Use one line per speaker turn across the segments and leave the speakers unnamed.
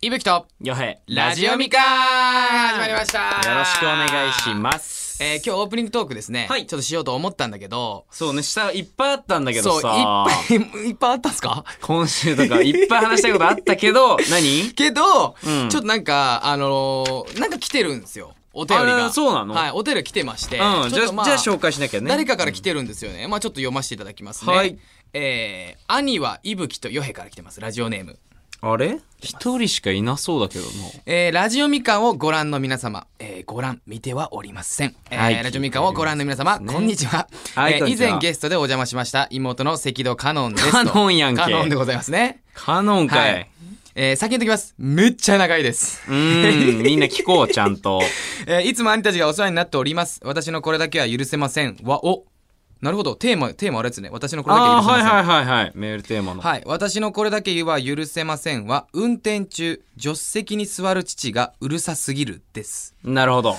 いぶきと
よへ
ラジオミカ始まりました
よろしくお願いします
えー、今日オープニングトークですね、
はい
ちょっとしようと思ったんだけど
そうね下いっぱいあったんだけ
そ
ど
ういっ
さ
ぱいいっぱいあったんすか
今週とかいっぱい話したいことあったけど何
けど、
うん
ちょっとなんかあのーなんか来てるんですよお便り
あ
が
らそうなの
はいお便りが来てまして、
うん
ち
じ
ょ
ゃ
っとま
あじゃあ紹介しなきゃね
誰かから来てるんですよね、まあちょっと読ませていただきますね
はい
えー、兄はいぶきとよへから来てますラジオネーム
あれ一人しかいなそうだけどな
えーラジオみかんをご覧の皆様、えーご覧見てはおりません、えー
はい
ラジオみかんをご覧の皆様、こんにちは、
はい
えー
こんに
以
ちは
前ゲストでお邪魔しました妹の赤道カノンですと
カノンやんけ
カノンでございますね
カノンかい、
はいえー先に言っときますめっちゃ長いです
うーんみんな聞こうちゃん と
えーいつも兄たちがお世話になっております私のこれだけは許せませんはおなるほどテーマテーマあれですね私のこれだけ
あ
は
あ
許せま
は
せ
い
ん
はいはいはいメールテーマの、
はい、私のこれだけは許せませんは運転中助手席に座る父がうるさすぎるです
なるほど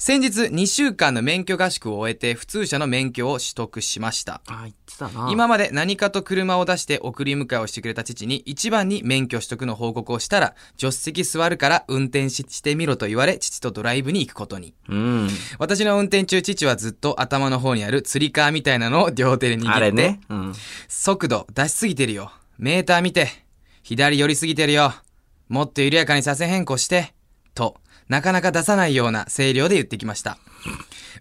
先日2週間の免許合宿を終えて普通車の免許を取得しました
あ言ってたな
今まで何かと車を出して送り迎えをしてくれた父に一番に免許取得の報告をしたら助手席座るから運転ししてみろと言われ父とドライブに行くことに
うん
私の運転中父はずっと頭の方にあるつり革みたいなのを両手で握って
あれね、うん、
速度出しすぎてるよメーター見て左寄りすぎてるよもっと緩やかに車線変更してとなかなか出さないような声量で言ってきました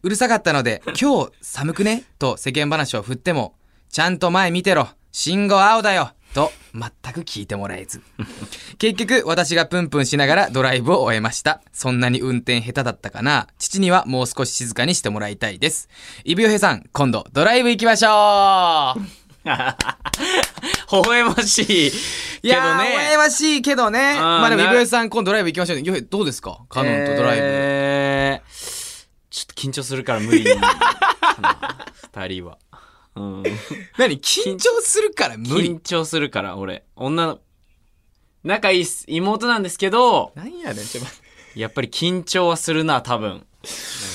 うるさかったので「今日寒くね?」と世間話を振っても「ちゃんと前見てろ信号青だよ」と全く聞いてもらえず結局私がプンプンしながらドライブを終えましたそんなに運転下手だったかな父にはもう少し静かにしてもらいたいですイブヨヘさん今度ドライブ行きましょう
微笑ましい
い
け
や
ど
ー、
ね
羨ましいけどね。まあでも、イ
な
ブヨシさん、今度ドライブ行きましょうね。よへどうですかカノンとドライブ。
えーちょっと緊張するから無理かな二人は、うん、
何緊張するから無理。
緊張するから俺女の仲いいっす妹なんですけど
何やねん、ちょっと待って
やっぱり緊張はするな多分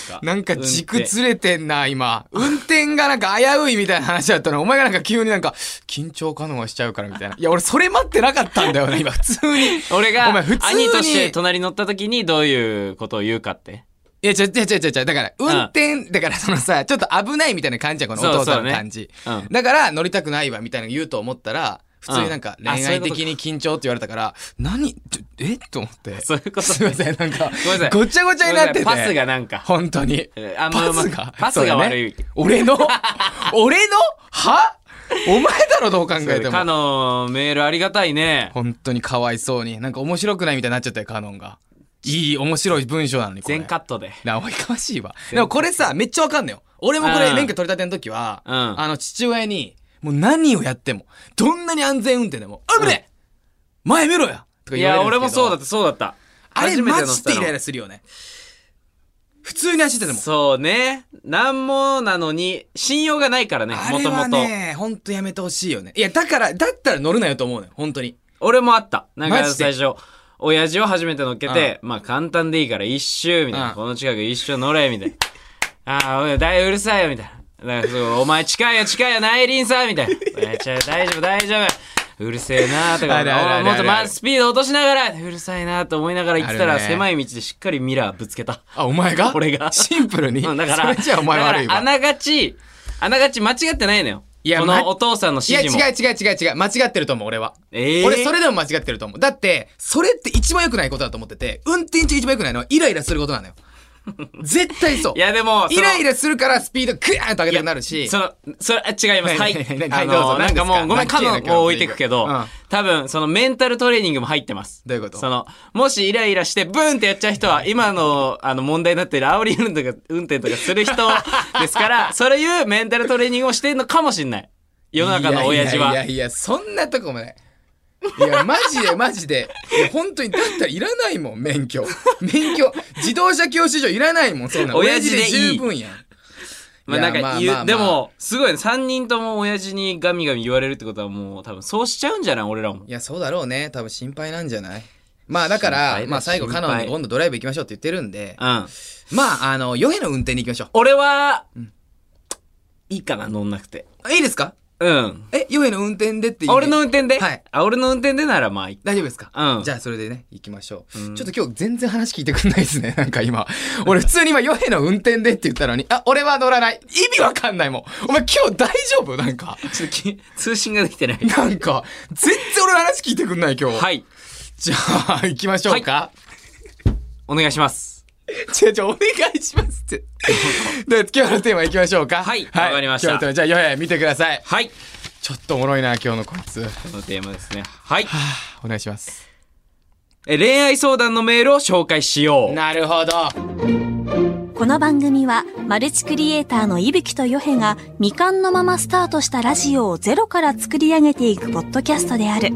なんか
なんか軸
うん
ずれてんな、今。運転がなんか危ういみたいな話だったの。お前がなんか急になんか、緊張可能はしちゃうからみたいな。いや、俺それ待ってなかったんだよね、今、普通に。い
って俺
お前
が
普通に
兄として隣に乗った時にどういうことを言うかって
や、ちょ、ちょ、ちょ、ちょ、ちょだから、運転、だからそのさ、ちょっと危ないみたいな感じやん、このお父さんの感じ。
そうそうねうん
だから、乗りたくないわ、みたいなの言うと思ったら、普通になんか
うんあ
恋
そうい
愛
うことか
的に緊張って言われたから、何ちょえと思って。
そういうこと
すいません、なんか、
ごめんなさい
ごちゃごちゃになってて。
ごめんなさいパスがなんか
本当に
え。ーあんま
パ
うま
スが。
パスが悪い
そうだね俺 の俺のはお前だろ、どう考えて
か
も。
のメールありがたいね
本当にかわいそうに。なんか面白くないみたいになっちゃったよ、カノンが。いい、面白い文章なのに、これ。
全カットで
な、おいかましいわ。でもこれさ、めっちゃわかんのよ。俺もこ
う
れ、
ん
免許取り立ての時は、
うん
あの、父親に、もう何をやっても、どんなに安全運転でも、危ねえ前見ろやとか
い
言われ
や
るんですけど
俺もそうだったそうだった
あれ
初めて
マ
乗っ
ジ
た
で
の
イライラするよね。普通に走ってても。
そうね。なんもなのに、信用がないからね、
あ
も
れ
とも
は
と。
ね、ほんとやめてほしいよね。いや、だから、だったら乗るなよと思うのよ、ほんとに。
俺もあった。なん
マ
か
ジで
最初、親父を初めて乗っけて、まあ簡単でいいから一周、みたいな。
うん
この近く一周乗れ、みたいな。ああ、おいだいぶうるさいよ、みたいな。なんかそうお前近いよ、近いよ、内輪さ、みたいな。 おいちょ大丈夫、大丈夫。うるせえなとか、
あるあるあるある
もっとまスピード落としながら、うるさいなと思いながら行ってた
あ
ら、
るね
狭い道でしっかりミラーぶつけた。
あ、お前が
俺が
シンプルに。
うんだから、
それじゃあお前悪い
だからあ
わ。
ながち、あながち間違ってないのよ。
いや
こ
ま
のお父さんの
いや、違
指
う
示も。
違う違う違う。間違ってると思う、俺は。
ええ
俺、それでも間違ってると思う。だって、それって一番良くないことだと思ってて、運転中一番良くないのは、イライラすることなの よ。絶対そう。
いやでもそ
イ
の
ライラするから、スピードクーンと上げたくなるし。
そのそれあ違います はい
はいはいは
あ
いどうぞ
のなんかもうごめ
何
ん
ですか
カノンを置いてくけど、
うん
多分そのメンタルトレーニングも入ってます
どういうこと
そのもしイライラしてブーンってやっちゃう人は今のあの問題になってる煽り運転とか運転とかする人です からそういうメンタルトレーニングをしてるのかもしれない世の中の親父は
やい
い
やいやいや、そんなとこもない。いや、マジでマジで。いや本当に、だったらいらないもん、免許。免許、自動車教習所いらないもん、そんな。
親父でいい
親十分やん。
まあなん
いやまあ
か言う
まあまあ
でもすごいね3人とも親父にガミガミ言われるってことはもう多分そうしちゃうんじゃない俺らも
いや、そうだろうね。多分心配なんじゃないまあだから
心配だ
まあ最後、
心
カ
配
ノンに今度ドライブ行きましょうって言ってるんで、
うん
まあ、あの、ヨヘの運転に行きましょ
俺は、いいかな乗んなくて
う。いいですか
うん。
え、ヨエの運転でっていう意味
俺の運転で
はい
あ、俺の運転でならまあいい。
大丈夫ですか
うん
じゃあそれでね、行きましょう。
うん
ちょっと今日全然話聞いてくんないですね、なんか今。俺普通に今、ヨヘの運転でって言ったのに、あ、俺は乗らない。意味わかんないもん。お前今日大丈夫なんか。
ちょっとき 通信ができてない。
なんか、全然俺の話聞いてくんない今日。
はい。
じゃあ、行きましょうか。
お願いします。
違う違う、お願いしますって。で、今日のテーマ行きましょうか。
はいわかりました
今日のテーマじゃあ、ヨヘ見てください。
はい。
ちょっとおもろいな、今日のこいつ。は
このテーマですね。はい。
あお願いします。
え恋愛相談のメールを紹介しよう。
なるほど。
この番組はマルチクリエイターの伊吹とヨヘが未完のままスタートしたラジオをゼロから作り上げていくポッドキャストである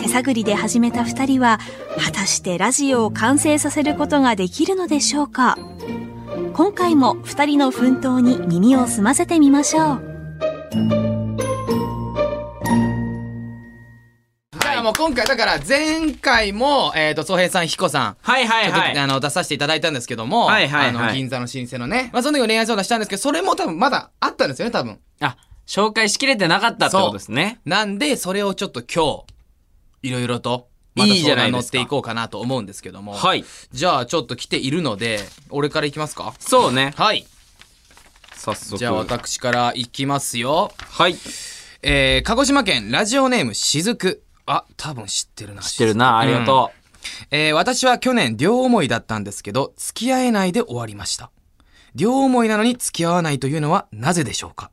手探りで始めた二人は果たしてラジオを完成させることができるのでしょうか今回も二人の奮闘に耳を澄ませてみましょう
じゃあもう今回、だから前回も、えっ、と、宗平さん、彦さん、
はいは
ちょ
い
っと、
はい。
あの出させていただいたんですけども、
はいはいはい
あの銀座の老舗のね、まあ、その時お恋愛相談したんですけどそれも多分まだあったんですよね多分
あ、紹介しきれてなかったってことですね。
なんでそれをちょっと今日いろいろとまた
いいじ
相
ゃな
談
い
乗っ
ですか
ていこうかなと思うんですけども
はい。
じゃあちょっと来ているので俺からいきますか
そうね。
はい
早速。
じゃあ私からいきますよ
はい。
えー、鹿児島県ラジオネームしずくあ多分知ってるな
知ってるな。ありがと
えー私は去年両思いだったんですけど、付き合えないで終わりました。両思いなのに付き合わないというのはなぜでしょうか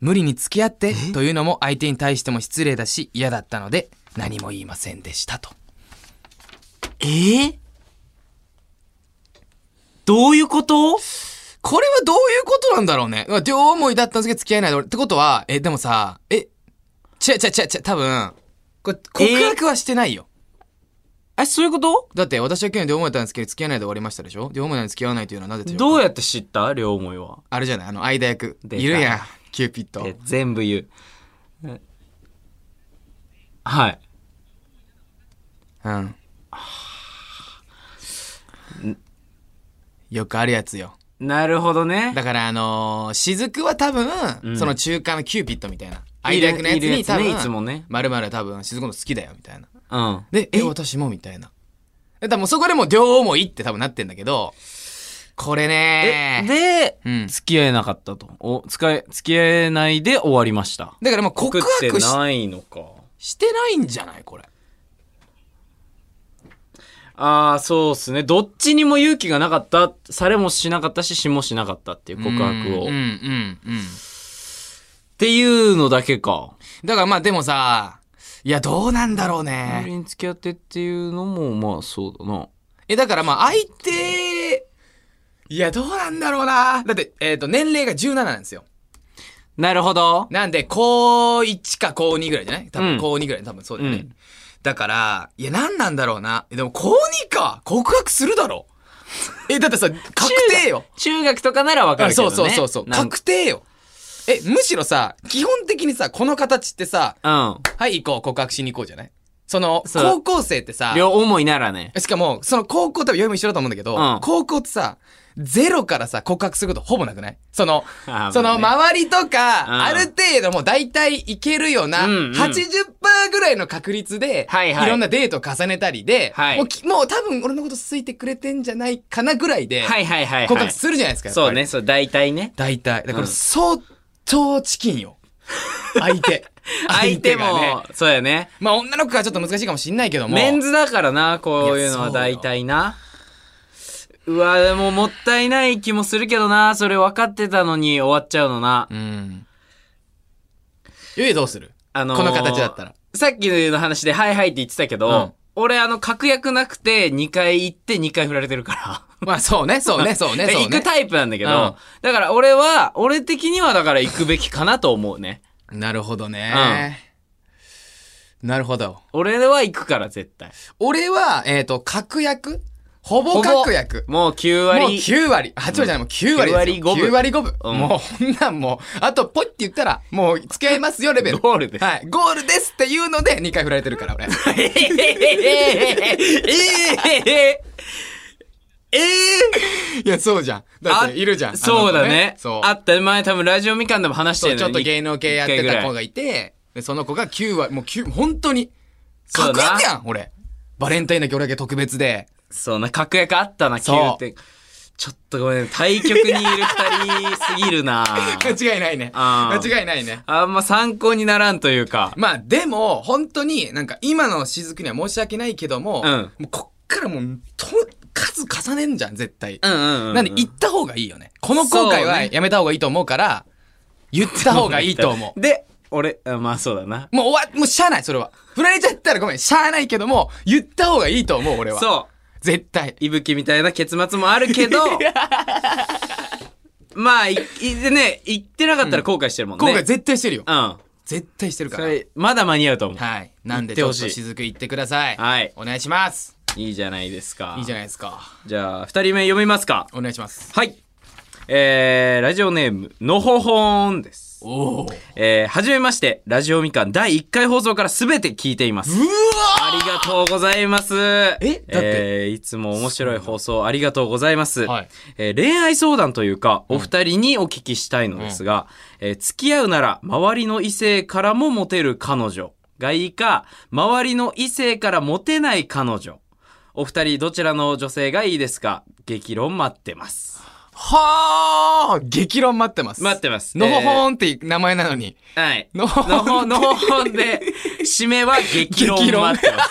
無理に付き合ってというのも相手に対しても失礼だし嫌だったので何も言いませんでしたと。
う。ええどういうこと
これはどういうことなんだろうね。まあ両思いだったんですけど付き合えないで終わりってことは、え、でもさ、え、違う違う違う違う、多分、これ告白はしてないよ。
え、そういうこと
だって私は去年両思いだったんですけど付き合えないで終わりましたでしょ両思いなのに付き合わないというのはなぜでしょうか
どうやって知った両思いは。
あれじゃないあの間役。
出た
いるやん、キューピッド。
え全部言う。はい。
うん。 よくあるやつよ。
なるほどね。
だからあのー、雫は多分、
ん
その中間のキューピッドみたいな。
い
相
る
手役のやつ
いる
に
やつ
多
ね
分、
いつもね
〇〇は多分、雫のこと好きだよ、みたいな。
うん。
で、え、私もみたいな。だからもうそこでもう両思いって多分なってんだけど、これねー
で、
うん
付き合えなかったと。お、使え、付き合えないで終わりました。
だからもう告白し
ないのか。
してないんじゃないこれ。
ああ、そうっすね。どっちにも勇気がなかった。されもしなかったし、しもしなかったっていう告白を。
うん、うん、うん。う
っ
ん
ていうのだけか。
だからまあでもさ、いや、どうなんだろうね。
俺に付き合ってっていうのも、まあそうだな。
え、だからまあ、相手、いや、どうなんだろうな。だって、えっ、と、年齢が17なんですよ。
なるほど。
なんで、高1か高2ぐらいじゃない多
う
分、
ん
高2ぐらい、多分そうだよね。
うん
だから、いや、なんなんだろうな。えでも、高2か告白するだろ。え、だってさ、確定よ。
中学とかならわか
あ
るけど
そ
ね。
うそうそうそう。
なんか
確定よ。え、むしろさ、基本的にさ、この形ってさ、
うん。
はい、行こう、告白しに行こうじゃないその、
そう
高校生ってさ、
両思いならね。
しかも、その高校多分、よいも一緒だと思うんだけど、
うん
高校ってさ、ゼロからさ、告白することほぼなくないその、
あー
その
ま
周りとか、
うん
ある程度もう大体いけるような、
うんうん
80%ぐらいの確率で、
はいはい
ろんなデートを重ねたりで、
はい
もうきもう多分俺のこと好いてくれてんじゃないかなぐらいで、
はいはいはい、はい。
告白するじゃないですか。やっぱり
そうね、。そう、大体ね。
大体。だから
うん
相当チキン よ。相手。
相手
がね
も、そうやね。
まあ女の子はちょっと難しいかもしんないけども。
メンズだからな、こういうの
いやそうよ
は大体な。うわ、でももったいない気もするけどな、それ分かってたのに終わっちゃうのな。
うん。ゆえどうする
あのー
この形だったら。
さっきの話で、はいはいって言ってたけど、
うん
俺、あの、確約なくて、2回行って2回振られてるから。
まあそうね、そうね、そう ね、
で
そう
行
ね
く。タイプなんだけど、
うん
だから俺は、俺的にはだから行くべきかなと思うね。
なるほどね。なるほど。
俺は行くから、絶対。
俺は、えっ、と、確約ほぼ確約。
もう9
もう
割。
9割。8割じゃない、もう9割ですよ。
9
9割5分。
うん
もう、ほんなんもう、あと、ポイって言ったら、もう、付き合いますよ、レベル。
ゴールです
はい。 ゴールですっていうので、2回振 られてるから、俺。
ええええええええええええ
いや、そうじゃん。だって、いるじゃん。
そうだね。
あの子
あ
そう。
った前多分ラジオみかんでも話して
そう
る
ちょっと芸能系やってた子がいて、でその子が9割、もう9、本当に、
そう
確
だな
約やん、俺。バレンタインだけ俺だけ特別で。
そうな、確約あったな、
そう
9って。ちょっとごめん、対局にいる二人すぎ るな
間違いないね。
あ
間
ー
違いないね。
あんま参考にならんというか。
まあ、でも、本当に、なんか、今の雫には申し訳ないけども、
うん
もうこっからもう、と、数重ねんじゃん、絶対。
うんうんうん。
なんで、行った方がいいよね。この後悔は
そうね
やめた方がいいと思うから、言った方がいいと思う。
で、俺、あまあそうだな。
もう終わ、もうしゃあない、それは。振られちゃったらごめん、しゃあないけども、言った方がいいと思う、俺は。う。
そ
絶対。
う。いぶきみたいな結末もある けど、まあ、い、いでね、言ってなかったら後悔してるもんね。
今回絶対してるよ。
うん。
絶対してるか
そ
ら。
れ、まだ間に合うと思う。
はい。なんで、ち
言
ょ
ってほ
っ
しい
と雫行ってください。
はい
お願いします。
いいじゃないですか。
いいじゃないですか。
じゃあ、二人目読みますか。
お願いします。
はい。えー、ラジオネーム、のほほんです。
おお。うわ
えー、はじめまして、ラジオみかん第1回放送からすべて聞いています。ありがとうございます。え
だって
えーいつも面白い放送ありがとうございます。
はい
えー恋愛相談というか、お二人にお聞きしたいのですが、えー付き合うなら、周りの異性からもモテる彼女がいいか、周りの異性からモテない彼女。お二人、どちらの女性がいいですか激論待ってます。
はあ激論待ってます。
待ってます
のほほんって名前なのに。
はい。
のほ
の
ほ
ほ、
ん
のほで、締めは激論
激論
待ってま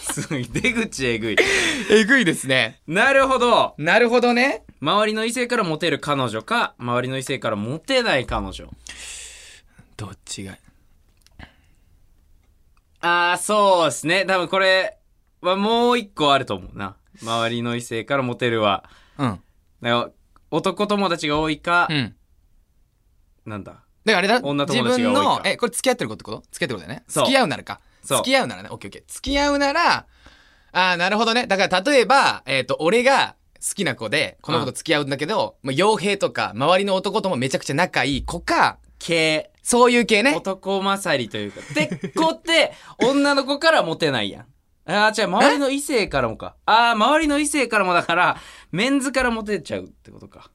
す。すごい、出口えぐい。
えぐいですね。
なるほど。
なるほどね。
周りの異性からモテる彼女か、周りの異性からモテない彼女。
どっちが。
ああ、そうですね。多分これはもう一個あると思うな。周りの異性からモテるは。
うん。
なんか男友達が多いか、
うん。
なんだ。
だからあれだ、
女
自
友達が
分
多いから
の、え、これ付き合ってる子ってこと付き合ってることだよね。
そう
付き合うならか。
そう
付き合うならね。オッケーオッケー。付き合うなら、ああ、なるほどね。だから例えば、えっ、と、俺が好きな子で、この子と付き合うんだけど、まあ、傭兵とか、周りの男ともめちゃくちゃ仲いい子か、
系。
そういう系ね。
男勝りというか。でっこって、女の子からモテないやん。ああ、違う、周りの異性からもか。ああ、周りの異性からもだから、メンズからモテちゃうってことか。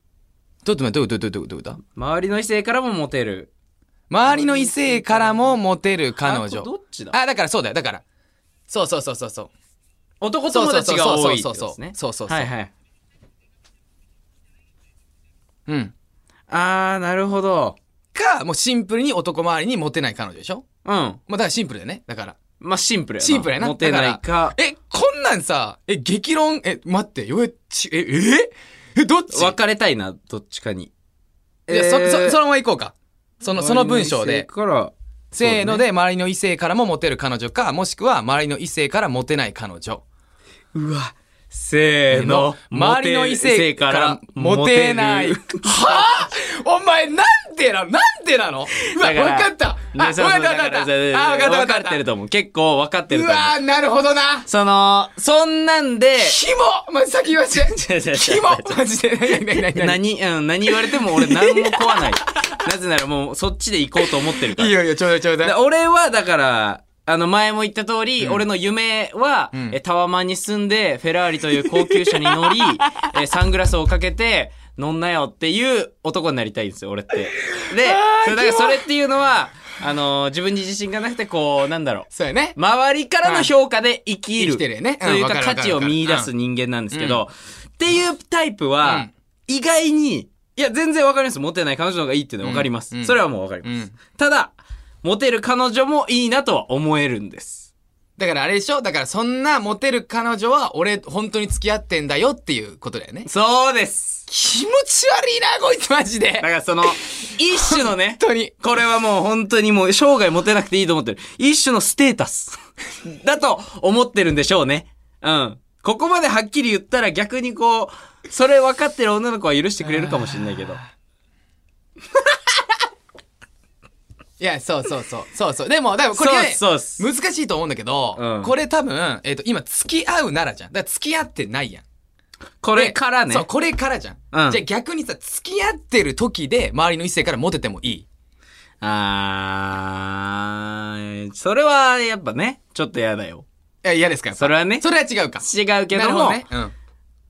どういうことどういうことどういうことどういうこと
周りの異性からもモテる。
周りの異性からもモテる彼
あこれど
女。
っちだ
あ、だからそうだよ。だから。そうそうそうそうそう。
男友達が多いってことですね。
そうそうそうそうそうそうそう
はいはい。
うん。
あー、なるほど。
か、もうシンプルに男周りにモテない彼女でしょ
うん。
まあ、だからシンプルだよね。だから。
まあ、シンプルやな。
シンプルやな。
モテないか。
え、こんなんさ、え、激論、え、待って、よえ、ち、え、ええ、どっち
別れたいな、どっちかに。
いや、そ、そ、そのまま行こうか。その、
の
その文章で。
から、
せーので、周りの異性からもモテる彼女か、もしくは周りの異性からモテない彼女。
うわ。せーの。
周りの異性からモテない。は
モテる
あお前、なんでなのなんでなのうわ、
だら
わかった。あ、わかった
そう
わ
そう
かった。
だら
あ、わかったわ
分
か
か
っ。
ったてると思う。結構分かって
う
ると思う。
わー、なるほどな。
その、そんなんで、
キモま、先言わせ
違う違う違
て。
う
キモマジで。何何何何
何、うん、何言われても俺何も怖ない。なぜならもうそっちで行こうと思ってるから。
いいよいいよ、ちょうだいちょうだい
だ。俺はだから、あの前も言った通り、
うん
俺の夢は、
ん
えタワマンに住んで、フェラーリという高級車に 乗り、えサングラスをかけて、乗んなよっていう男になりたいんですよ、俺って。で、それだからそれっていうのは、あの自分に自信がなくて、こう、なんだろう。
そうやね。
周りからの評価で生きる。
生きてるよねうん
という
わか
か
るわか
価
る
値を見出す人間なんですけど、っていうタイプ
う
は
ん、
意外に、いや、全然わかります。モテない彼女の方がいいっていうのはわかり
う
ま
んう
す。
ん
それはもうわかりま
う
す
ん。
ただ、モテる彼女もいいなとは思えるんです。
だからあれでしょだからそんなモテる彼女は俺本当に付き合ってんだよっていうことだよね。
そうです。
気持ち悪いな、こいつマジで。
だか
本
らその、一 種のね、
当に。
これはもう本当にもう生涯モテなくていいと思ってる。一種のステー タスだと思ってるんでしょうね。うん。ここまではっきり言ったら逆にこう、それ分かってる女の子は許してくれるかもしれないけど。
いや、そうそうそう。そうそう。でも、多分これね、
そうっすそう
難しいと思うんだけど、
うん
これ多分、えっ、と、今、付き合うならじゃん。だから付き合ってないやん。
こ
こ
れからね。
そう、これからじゃん。
うん
じゃあ逆にさ、付き合ってる時で周りの異性からモテてもいい。
あー、それはやっぱね、ちょっと嫌だよ。
え、嫌ですかやっぱ
それはね
それは違うか。
違うけど
なるほ
も、
ね。うん。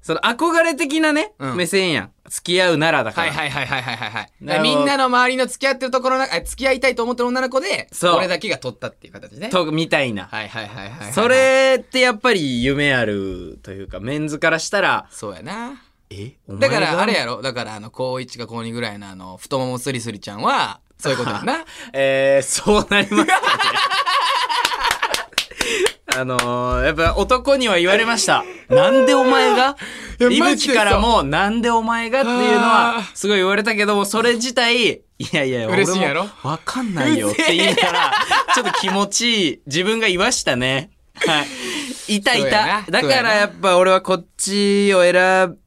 その憧れ的なね、
うん
目線やん。付き合うならだか
は
ら。
いはいはいはいはいはい
な
は
る
い。
ほど
みんなの周りの付き合ってるところの中、付き合いたいと思ってる女の子で、
そう
俺だけが取ったっていう形ね。
と、みたいな。
はいはいはいはいはい。
そ、れってやっぱり夢あるというか、メンズからしたら、
そうやな。
えお
だ
前が
から、あれやろだから、あの、高1か高2ぐらいのあの、太ももスリスリちゃんは、そういうことや な。
えー、そうなりますかね。 あのー、やっぱ男には言われました。なんでお前が
いや
いぶ
マジ
き
でそう
からも、なんでお前がっていうの
あ
は
ー、
すごい言われたけども、それ自体、いやいや、
嬉しいやろ
俺もわかんないよって言いながら、ちょっと気持ちいい、自分が言わしたね。はい。いたい
そうや
た。
な
だからやっぱ俺はこっちを選ぶ、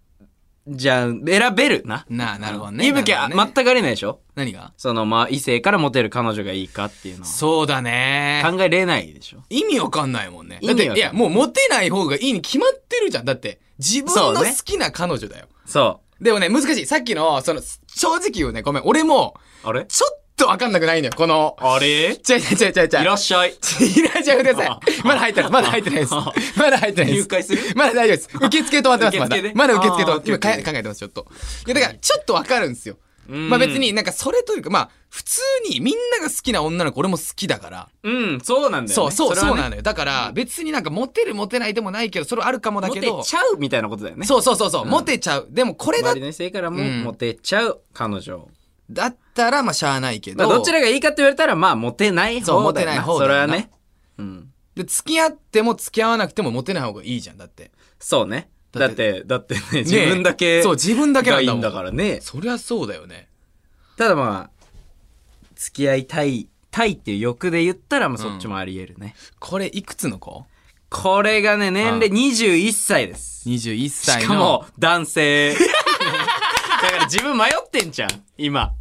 じゃん、選べるな。
なあ、なるほどね。
いぶき
な
は
るほど
全
ね
くありえないでしょ
何が
そのまあ異性からモテる彼女がいいかっていうのは
そうだね。
考えれないでしょ。
意味わかんないもんね。
意
だっ
味わかん
て、いや、もうモテない方がいいに決まってるじゃん。だって、自分の
そう
好
ね
きな彼女だよ。
そ
でもね、難しい。さっきの、その、正直言うね、ごめん。俺も、
う。あれ
ちょっとわかんなくないのよ、この。
あれい
ちゃいちゃいちゃいちゃいちゃい。
らっし ゃい。
いらっしゃいください。まだ入ってない。まだ入ってないです。まだ入ってないです。
入会する
まだ大丈夫です。受付止まってます、ま
受
だ
付ね。
まだ受付止ま
あ
っ
ー
て、今か
OK
考えてます、ちょっと。いや、だから、ちょっとわかるんですよ。 まあ別になんかそれというか、まあ、普通にみんなが好きな女の子、俺も好きだから。
うん、そうなんだよ、
そ
ね。
うそう、
れは
そう
ね
なのよ。だから、別になんかモテるモテないでもないけど、それあるかもだけ
モ
ど
テち。ゃうみたいなことだよね。
そうそうそうそう、モテちゃう。でもこれだ
周りの異性からも
うん
モテちゃう彼女。
だったら、まあしゃあないけ
まあ
ど。
どちらがいいかって言われたら、まあモテない
そう
方
モ
だ
テ
よ
な
ない
方
それ
だ
は
よな
ね。うん。
で、付き合っても付き合わなくてもモテない方がいいじゃん、だって。
そうね。だ
だ
っ、
って
だってね、自分だけ。
そう、自分だけな
が
ん
いい
だも
ん
ん。
だからね。
そりゃそうだよね。
ただまあ、付き合いたい、たいっていう欲で言ったら、まあそっちもあり得るね。
これいくつの子
これがね、年齢
う
21歳です。
?21
し
歳の。
かも、男性。だから自分迷ってんじゃん、今。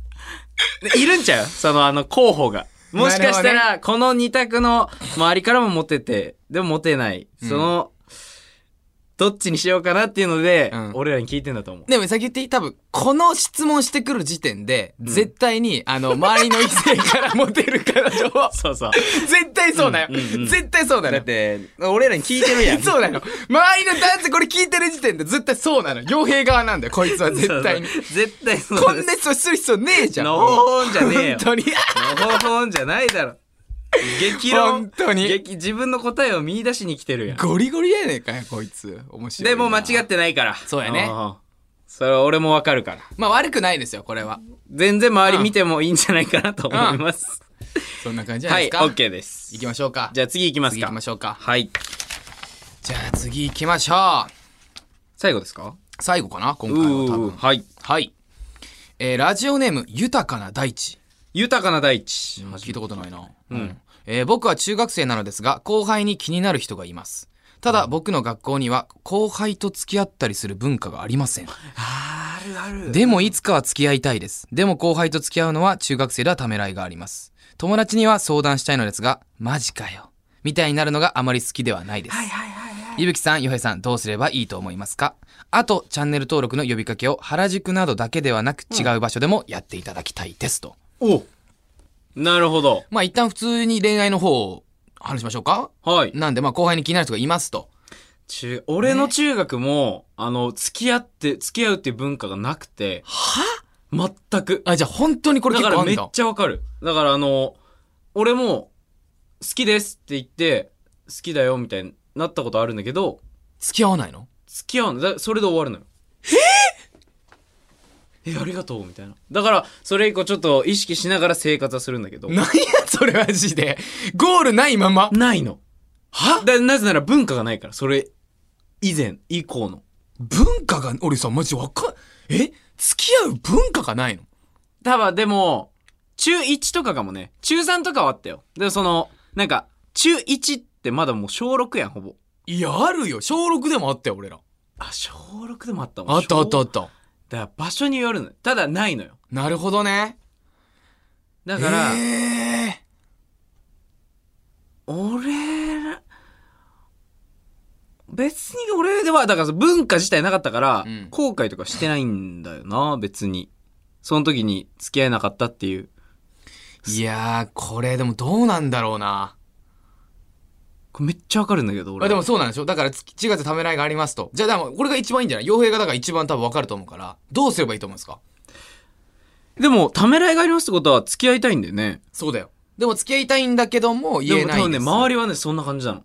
いるんちゃうそのあの候補が。もしかした
なるほ
ら、この二択の周りからもモテて、でもモテない。その、どっちにしようかなっていうので、
うん
俺らに聞いてんだと思う。
でも先言っていい多分、この質問してくる時点で、絶対に、あの、周りの異性からモテる彼女を、
そうそう。
絶対そうだよ、
うんうんうん
絶対そうだ
だ
よ
っ。て、俺らに聞いてるやん。
そうなの。周りの男性これ聞いてる時点で絶対そうなの。傭兵側なんだよ、こいつは絶対に。
そうそう絶対そう
こんな人する必要ねえじゃん。
のほほんじゃねえよ
本。当に。
のほほんじゃないだろ。激論。
本当に
激自分の答えを見出しに来てるやん。
ゴリゴリやねえかよ、こいつ。面白い
で
な。
も間違ってないから。
そうやね
ん。それは俺もわかるから。
まあ悪くないですよ、これは。
全然周り見てもいいんじゃないかなと思います。
そんな感じじゃな
はいい、
で
オ
すか。
ッケーです。
行きましょうか。
じゃあ次行きます
次行
か
き。ましょうか。
はい。
じゃあ次行きましょう。
最後ですか
最後かな、今
う
回は多
ー
分。
はい。
はい。えーラジオネーム、豊かな大地。
豊かな大地。
聞いたことないな。うん。えー僕は中学生なのですが、後輩に気になる人がいます。ただ、僕の学校には、後輩と付き合ったりする文化がありません。
あるある。
でもいつかは付き合いたいです。でも後輩と付き合うのは中学生ではためらいがあります。友達には相談したいのですが、マジかよ。みたいになるのがあまり好きではないです。いぶきさん、よへさん、どうすればいいと思いますかあと、チャンネル登録の呼びかけを原宿などだけではなく違う場所でもやっていただきたいですと。
おなるほど。
まあ一旦普通に恋愛の方を話しましょうか
はい。
なんで、まあ後輩に気になる人がいますと。
中、俺の中学も、あの、付き合って、付き合うっていう文化がなくて。は全く。
あ、じゃあ本当にこれ
だ
結
か
構
ら
あ
め
ん
っ
だ。
ちゃわかる。だからあの、俺も、好きですって言って、好きだよみたいになったことあるんだけど、
付き合わない の
付き合うの。だそれで終わるのよ。ええありがとうみたいな。だから、それ以降ちょっと意識しながら生活はするんだけど。
なんや、それマジで。ゴールないまま。
ないの。
は
だなぜなら文化がないから、それ、以前、以降の。
文化が、俺さ、マジわかん、え付き合う文化がないの
多分でも、中1とかかもね。中3とかはあったよ。でもその、なんか、中1ってまだもう小6やん、ほぼ。
いや、あるよ。小6でもあったよ、俺ら。
あ、小6でもあったもん。
あったあったあ
小
っ。た。
だから場所によるの。ただないのよ。
なるほどね。
だ
だ
から、
え
俺ら、別に俺では、だから文化自体なかったから、
うん
後悔とかしてないんだよな、別に。その時に付き合えなかったっていう。
ーいやー、これでもどうなんだろうな。
これめっちゃわかるんだけど、俺。
あでもそうなんでしょだから月4月ためらいがありますと。じゃあでもこれが一番いいんじゃない洋平がだから一番多分わかると思うから、どうすればいいと思うんですか
でも、ためらいがありますってことは、付き合いたいんだよね。
そうだよ。でも付き合いたいんだけども言えない
でも多分ね、周
り
りはね、そんな感じなの。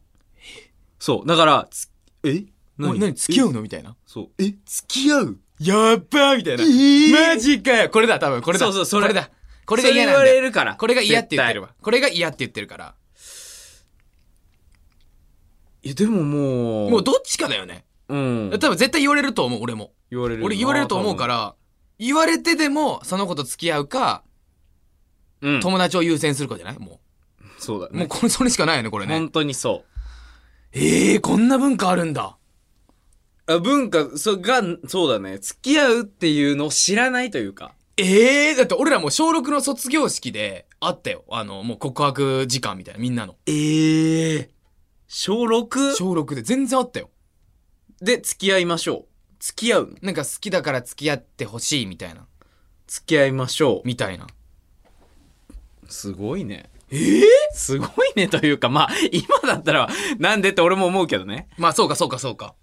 そう。だから、つえ
何何付き合う
え
のみたいな。
そう。え付き合う
やっばーみたいな。マジかよこれだ、多分。これだ。
そうそうそ
こ
れ
れだ。こ
こ
れが嫌
言
な
わ
んだ
れ
よ。
るから。
これが嫌って言ってる
絶
わ。これが嫌って言ってるから。
対。いや、でももう。
もうどっちかだよね。
うん。
多分絶対言われると思う、俺も。
言われる。。
俺言われると思うからら、言われてでも、その子と付き合うか、
うん。
友達を優先するかじゃないも
そうだ
う。もう
ね。
これ、それしかないよね、これね。
本当にそ
ええー、こんな文化あるんだ。
う。あ文化、そう、が、そうだね。付き合うっていうのを知らないというか。
ええー、だって俺らもう小6の卒業式であったよ。あの、もう告白時間みたいな、みんなの。
ええ小 6?
小6で全然あったよ。
で付き合いましょう。付き合うの
なんか好きだから付き合ってほしいみたいな。
付き合いましょ
みたいな。
う。すごいね。
ええ
すごいねというか、まあ、今だったら、なんでって俺も思うけどね。
まあそうかそうかそうか。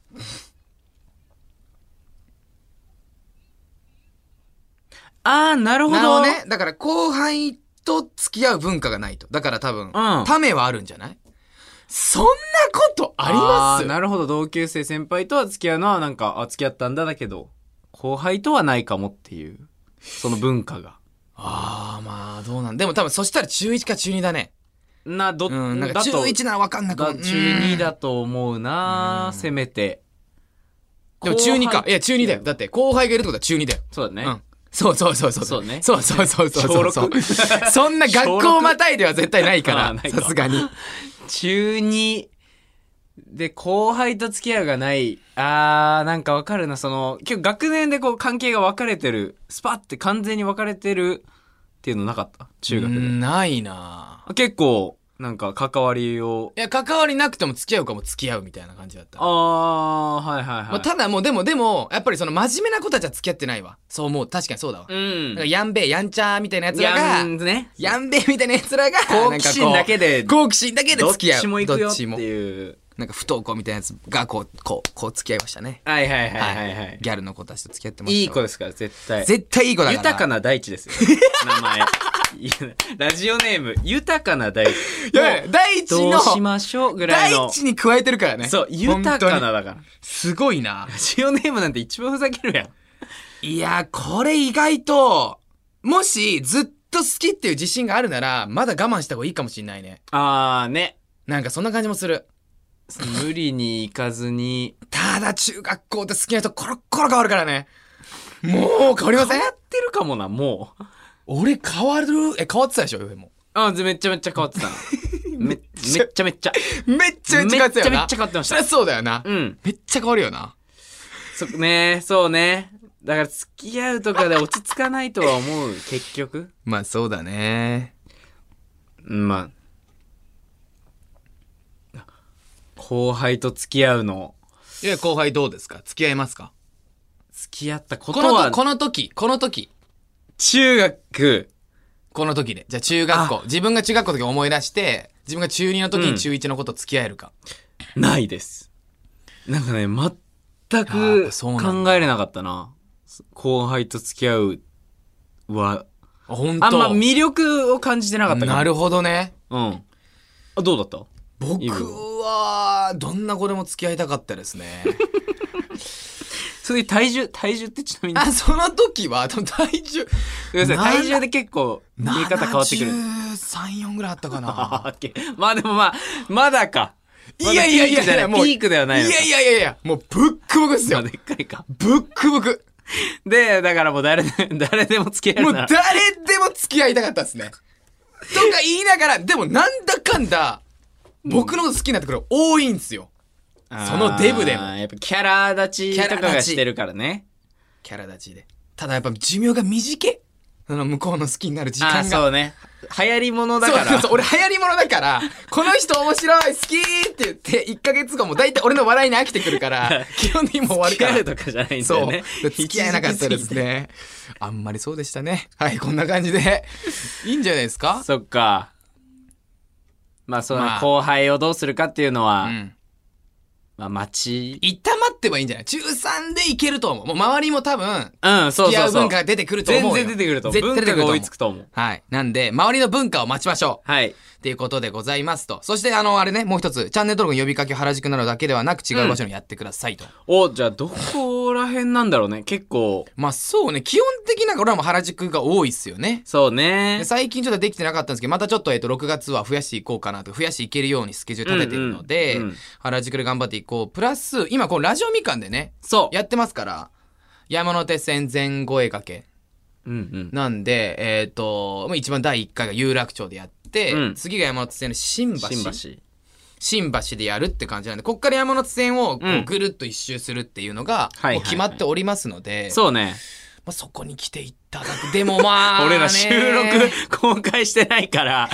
ああ、なるほど。
なるほどね。だから後輩と付き合う文化がないと。だから多分、
ん
ためはあるんじゃないそんなことあります
ーなるほど。同級生先輩とは付き合うのはなんか、あ、付き合ったんだだけど、後輩とはないかもっていう、その文化が。
ああ、まあ、どうなんでも多分、そしたら中1か中2だね。
な、ど、
うん、なんか
だと
中1ならわかんなくも
だ中2。
うん
だと思うな、せめて。
でも中2か
後。輩
いや、中2だよ。だって、後輩がいるってことは中2だよ。
そうだね。
うん。そうそうそうそう。
そうね
そうそうそうそうそう。
小六
そんな学校をまたいでは絶対ないか
あーな
ら、
いか
さすがに。
中2で後輩と付き合うがないあーなんかわかるなその結構学年でこう関係が分かれてるスパッて完全に分かれてるっていうのなかった中学
う
で
んないな
結構なんか関わりを
いや、関わりなくても付き合うかも付き合うみたいな感じだった。
あーはいはいはい、
まあ、ただもう、でもでも、やっぱりその真面目な子たちは付き合ってないわ。そう思う。確かにそうだわ。
うん
なんかやんべえ、やんちゃーみたいな奴ら
や
が、
んね
やんべえみたいな奴らが、
好奇心だけ
な
で
んかこう好奇心だけで
どっ
付き合う。
ちも行くよって
どっちも
いう
なんか不登校みたいなやつが、こう、こう、こう付き合いましたね。
はいはいはいはいはい、い、
ギャルの子たちと付き合ってましたわ。
い子ですから絶対
絶対いい子だから。
豊かな大地ですよ 名前いやラジオネーム豊かな大地
いやいや第一
どうし
の、
ましょうぐら
第
いの。
一に加えてるからね。
そう、豊か
本当
な
に。
だから。ラ
すごいな。
ジオネームなんて一番ふざけるやん。
いやー、これ意外と、もしずっと好きっていう自信があるなら、まだ我慢した方がいいかもしんないね。
あーね。
なんかそんな感じもする。
無理に行かず に。
ただ中学校で好きな人コロッコロ変わるからね。もう変わりません
変わってるかもな、もう。
俺変わる、え、変わってたでしょ、上も。
あめっちゃめっちゃ変わ ってたの。めめっちゃめっちゃ。
めっちゃめっちゃ変わってたよな。
めっちゃめっちゃ変わってまし
そ
た
りゃそうだよな。
うん。
めっちゃ変わるよな。
そ、ねそうね。だから付き合うとかで落ち着かないとは思う、結局。
まあそうだね。
まあ。後輩と付き合うの。
いや、後輩どうですか付き合いますか
付き合ったこ
ことの
は
と、、この時、この時、
中学。
この時で。じゃあ中学校。自分が中学校の時思い出して、自分が中2の時
うん
に中1のこと付き合えるか。
ないです。なんかね、全
あ
く
ーそうなん
考えれなかったな。後輩と付き合うは、
あ、本当
あんま魅力を感じてなかったかも
なるほどね。
うん。あ、どうだった
僕は、どんな子でも付き合いたかったですね。
それで体重、体重ってちなみに。
あ、その時は、でも体重、
ごめんなさい
な
体重で結構見え方変わってくる。
73、4ぐらいあったか
あ
な。
オッケーまあでもまあ、まだか。
いやいやいやいや
まだピークでは ない。
い
ピークではないのか
やいやいやいや、もうブックブクっす
まあ
よ。
でっかいか。
ブックブク。
で、だからもう誰で、 誰でも付き合え
も
る
う
なら
誰でも付き合いたかったです ね。とか言いながら、でもなんだかんだ、僕のこと好きになってくる多いんですよ。そのデブでも
あーやっぱキャラ立ちとか
キャラ
が
立ち
してるからね。
キャラ立ちで。ただやっぱ寿命が短い。その向こうの好きになる時
あ
間
ー
が。
そうね。流行り物だから。
そうそうそう俺流行り者だ から、この人面白い、好きって言って、1ヶ月後も大体俺の笑いに飽きてくる から、基本的にもう終わる
付き
か
合う
ら。
とかじゃないんだ
そ
よ
う。
ね。
付き合えなかったです
一時期過ぎて。
ね。あんまりそうでしたね。はい、こんな感じで。いいんじゃないですか
そっか。まあそ
ま
の
あ
後輩をどうするかっていうのは、
うん。
まあ待ち。
一旦待ってばいいんじゃない中3でいけると思う。もう周りも多分、
うん、そう
付き合
そう
う
そう。
文化が出てくると思
全
うよ。
然出てくると思う。
絶対出
文
て
化
くる
が
と
追
思
いつくと思う。
う。はい。なんで、周りの文化を待ちましょう。
はい。
っていうことでございますと。そして、あの、あれね、もう一つ、チャンネル登録の呼びかけを原宿などだけではなく違う場所にやってくださいと。
お、じゃあどこら辺なんだろうね。結構、
まあそうね、基本的なんか俺らも原宿が多いっすよね。
そう
で
ね。
最近ちょっとできてなかったんですけど、またちょっと、えっと、6月は増やしていこうかなと、増やしていけるようにスケジュール立ててるので、
うんうんうん
原宿で頑張っていこう。プラス、今、このラジオみかんでね、
そ
やってますから、山手線前後絵掛け。
う。うんうん。
なんで、えっ、と、もう一番第1回が有楽町でやって、
うん
次が山手線の新橋。
新橋。
新橋でやるって感じなんで、こっから山手線をこ
う
うんぐるっと一周するっていうのが、
はいはいはい
もう決まっておりますので、
そうね。
まあ、そこに来ていただく。でもまあ、
俺ら
ね
収録 公開してないから、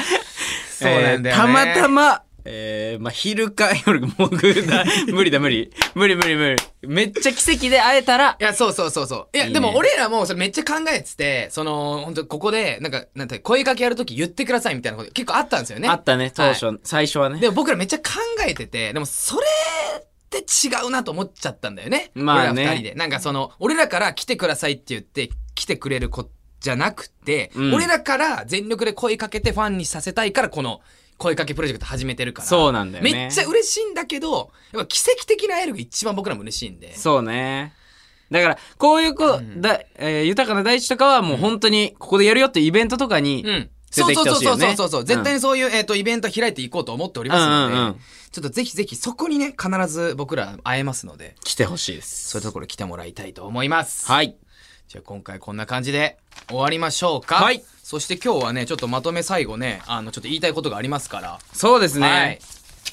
そうなんだよね
えーたまたま、えー、まあ、昼か夜、もうぐだ、 無理だ無理。無理無理無理。めっちゃ奇跡で会えたら、
いや、そうそうそうそう。いや、
いいね
でも俺らもそれめっちゃ考えてて、その、本当ここで、なんか、なんて、声かけやるとき言ってくださいみたいなこと結構あったんですよね。
あったね、当初、
は
最初はね。
でも僕らめっちゃ考えてて、でもそれって違うなと思っちゃったんだよね。
まあね
俺ら二人で。なんかその、俺らから来てくださいって言って、来てくれる子じゃなくて、
うん
俺らから全力で声かけてファンにさせたいから、この声かけプロジェクト始めてるから。
そうなんだよね。
めっちゃ嬉しいんだけど、やっぱ奇跡的なエールが一番僕らも嬉しいんで。
そうね。だから、こういうこ、だえー豊かな大地とかはもう本当に、ここでやるよってイベントとかに、
うん。
出
そう
て
そ
き
う
てほしい
そ
よ
うそ
ね
うそうそう、絶対にそういう、えっとイベント開いていこうと思っておりますので、
うんうんうん
ちょっとぜひぜひそこにね必ず僕ら会えますので
来てほしいです。
そういうところ来てもらいたいと思います。
はい。
じゃあ今回こんな感じで終わりましょうか。
はい
そして今日はね、ちょっとまとめ最後ね、あの、ちょっと言いたいことがありますから。
そうですね。
はい。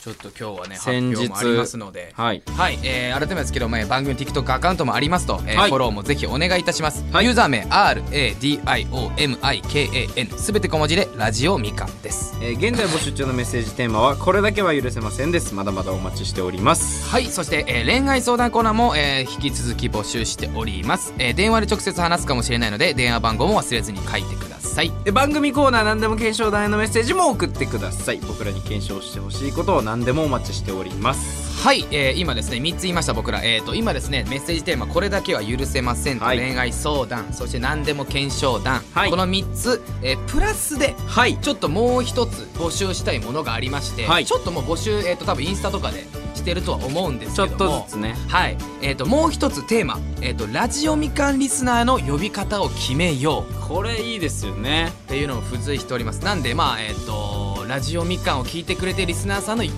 ちょっと今日はね、発
先日
表もありますので。
はい
はい、えー、改めですけども、えー番組 TikTok アカウントもありますと、えー
はい
フォローもぜひお願いいたします。
はい
ユーザー名、RADIOMIKAN、すべて小文字で、ラジオみかんです。
えー現在募集中のメッセージテーマは、これだけは許せませんです。まだまだお待ちしております。
はいそして、えー恋愛相談コーナーも、えー引き続き募集しております、えー電話で直接話すかもしれないので電話番号も忘れずに書いてください
で番組コーナー何でも検証団へのメッセージも送ってください僕らに検証してほしいことを何でもお待ちしております
はい、えー今ですね3つ言いました僕ら、えー、と今ですねメッセージテーマ「これだけは許せません」と、
はい
恋愛相談そして何でも検証団、
はい
この3つ、えープラスで
はい
ちょっともう一つ募集したいものがありまして、
はい
ちょっともう募集、えー、と多分インスタとかでしてるとは思うんです
ち
け
ょ
ど
っ
も
とずつね
はい、えー、ともう一つテーマ、えーと「ラジオみかんリスナーの呼び方を決めよう」
これいいですよね
っていうのを付随しておりますなんでまあえっ、とラジオみかんを聞いてくれてるリスナーさんのよ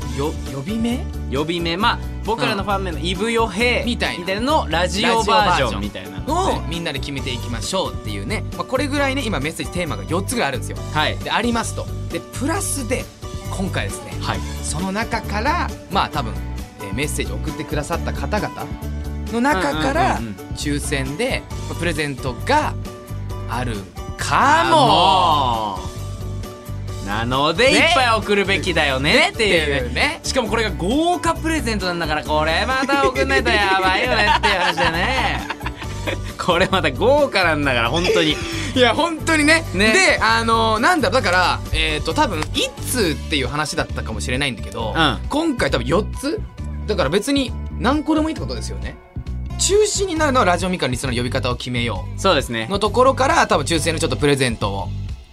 呼び名
呼び名まあ僕らのファン名のイブヨヘイ
みたいな
のラジオバージョン
ラジオバージョン
みたいな
をみんなで決めていきましょうっていうね、まあ、これぐらいね今メッセージテーマが4つぐらいあるんですよ
はい
でありますとでプラスで今回ですね
はい
その中からまあ多分、えーメッセージ送ってくださった方々の中から
うんうんうんうん
抽選でまあプレゼントがあるか
もうなのでい
ね
っぱい送るべきだよ
もっ
ねって
て
い
い
う
うね
しかもこれが豪華プレゼントなんだからこれまた送んないとやばいよねっていう話で ねこれまた豪華なんだから本当に
いや本当にね
ね
であのなんだろうだからえっ、と多分一通っていう話だったかもしれないんだけど、
うん
今回多分4つだから別に何個でもいいってことですよね中心になるのはラジオミカのリスナーの呼び方を決めよ
そうですね
うのところから多分抽選のちょっとプレゼントを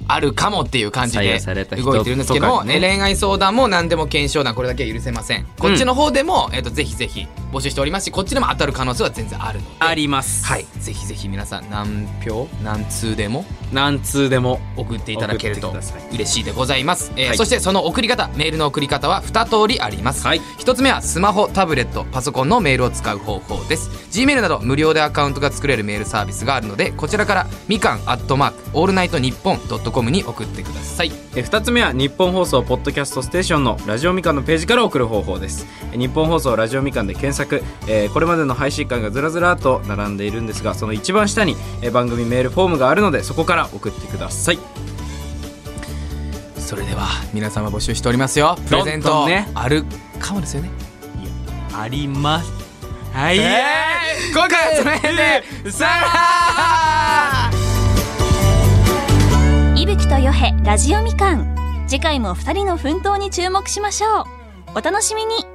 あるかもっていう感じ
採
で
用された人
動いてるんですけど
と
も、
かね
ね、恋愛相談も何でも検証団これだけは許せませんこっちの方でも、えっとぜひぜひ募集しておりますしこっちでも当たる可能性は全然あるので
あります
はい、ぜひぜひ皆さん何票何通でも
何通でも
送っていただけると
送ってください
嬉しいでございます、えー
はい
そしてその送り方メールの送り方は2通りあります、
はい
1つ目はスマホタブレットパソコンのメールを使う方法です Gmail など無料でアカウントが作れるメールサービスがあるのでこちらからみかんアットマークオールナイトニッポンドットコムに送ってください
え2つ目は日本放送ポッドキャストステーションのラジオみかんのページから送る方法ですえ日本放送ラジオみかんで検索、えーこれまでの配信会がずらずらと並んでいるんですがその一番下に、えー番組メールフォームがあるのでそこから送ってください
それでは皆様募集しておりますよプレゼン
どんど
ト
んね
あるかもです よね
ありますはい、
ー、今回はその辺でさよなら
いぶきとよへラジオみかん次回も2人の奮闘に注目しましょうお楽しみに